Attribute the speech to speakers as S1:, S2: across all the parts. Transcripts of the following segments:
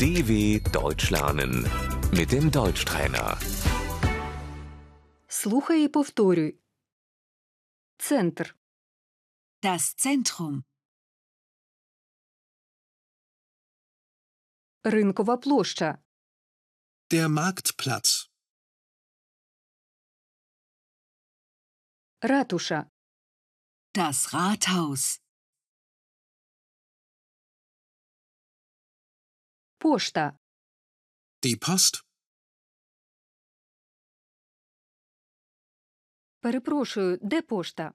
S1: DW Deutsch lernen mit dem Deutschtrainer.
S2: Слухай і повторюй. Центр,
S3: Das Zentrum,
S2: ринкова площа,
S4: Der Marktplatz,
S2: ратуша,
S3: das Rathaus,
S2: пошта,
S4: die Post,
S2: перепрошую, де пошта,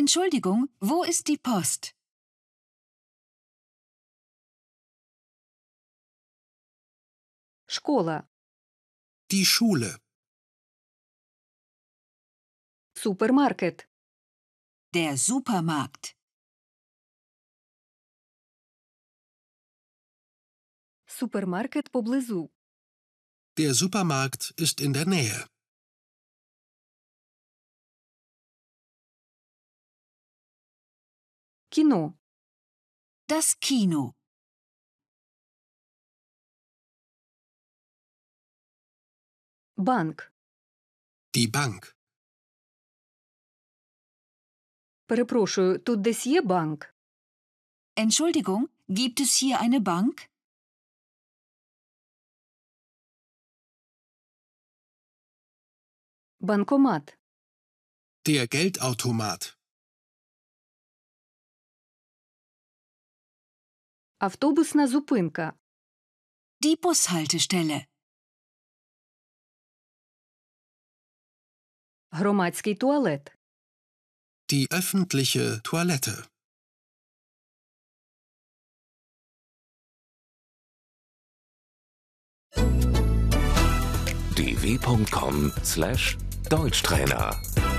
S3: Entschuldigung, wo ist die Post?
S2: школа,
S4: die Schule,
S2: супермаркет,
S3: Der Supermarkt,
S2: супермаркет поблизу,
S4: der Supermarkt ist in der Nähe,
S2: кіно,
S3: das Kino,
S2: банк.
S4: die Bank,
S2: Перепрошую, тут десь є банк,
S3: Entschuldigung, gibt es hier eine Bank?
S2: банкомат,
S4: der Geldautomat,
S2: автобусна зупинка,
S3: Die Bushaltestelle,
S2: громадський туалет,
S4: die öffentliche Toilette,
S1: dw.com/deutschtrainer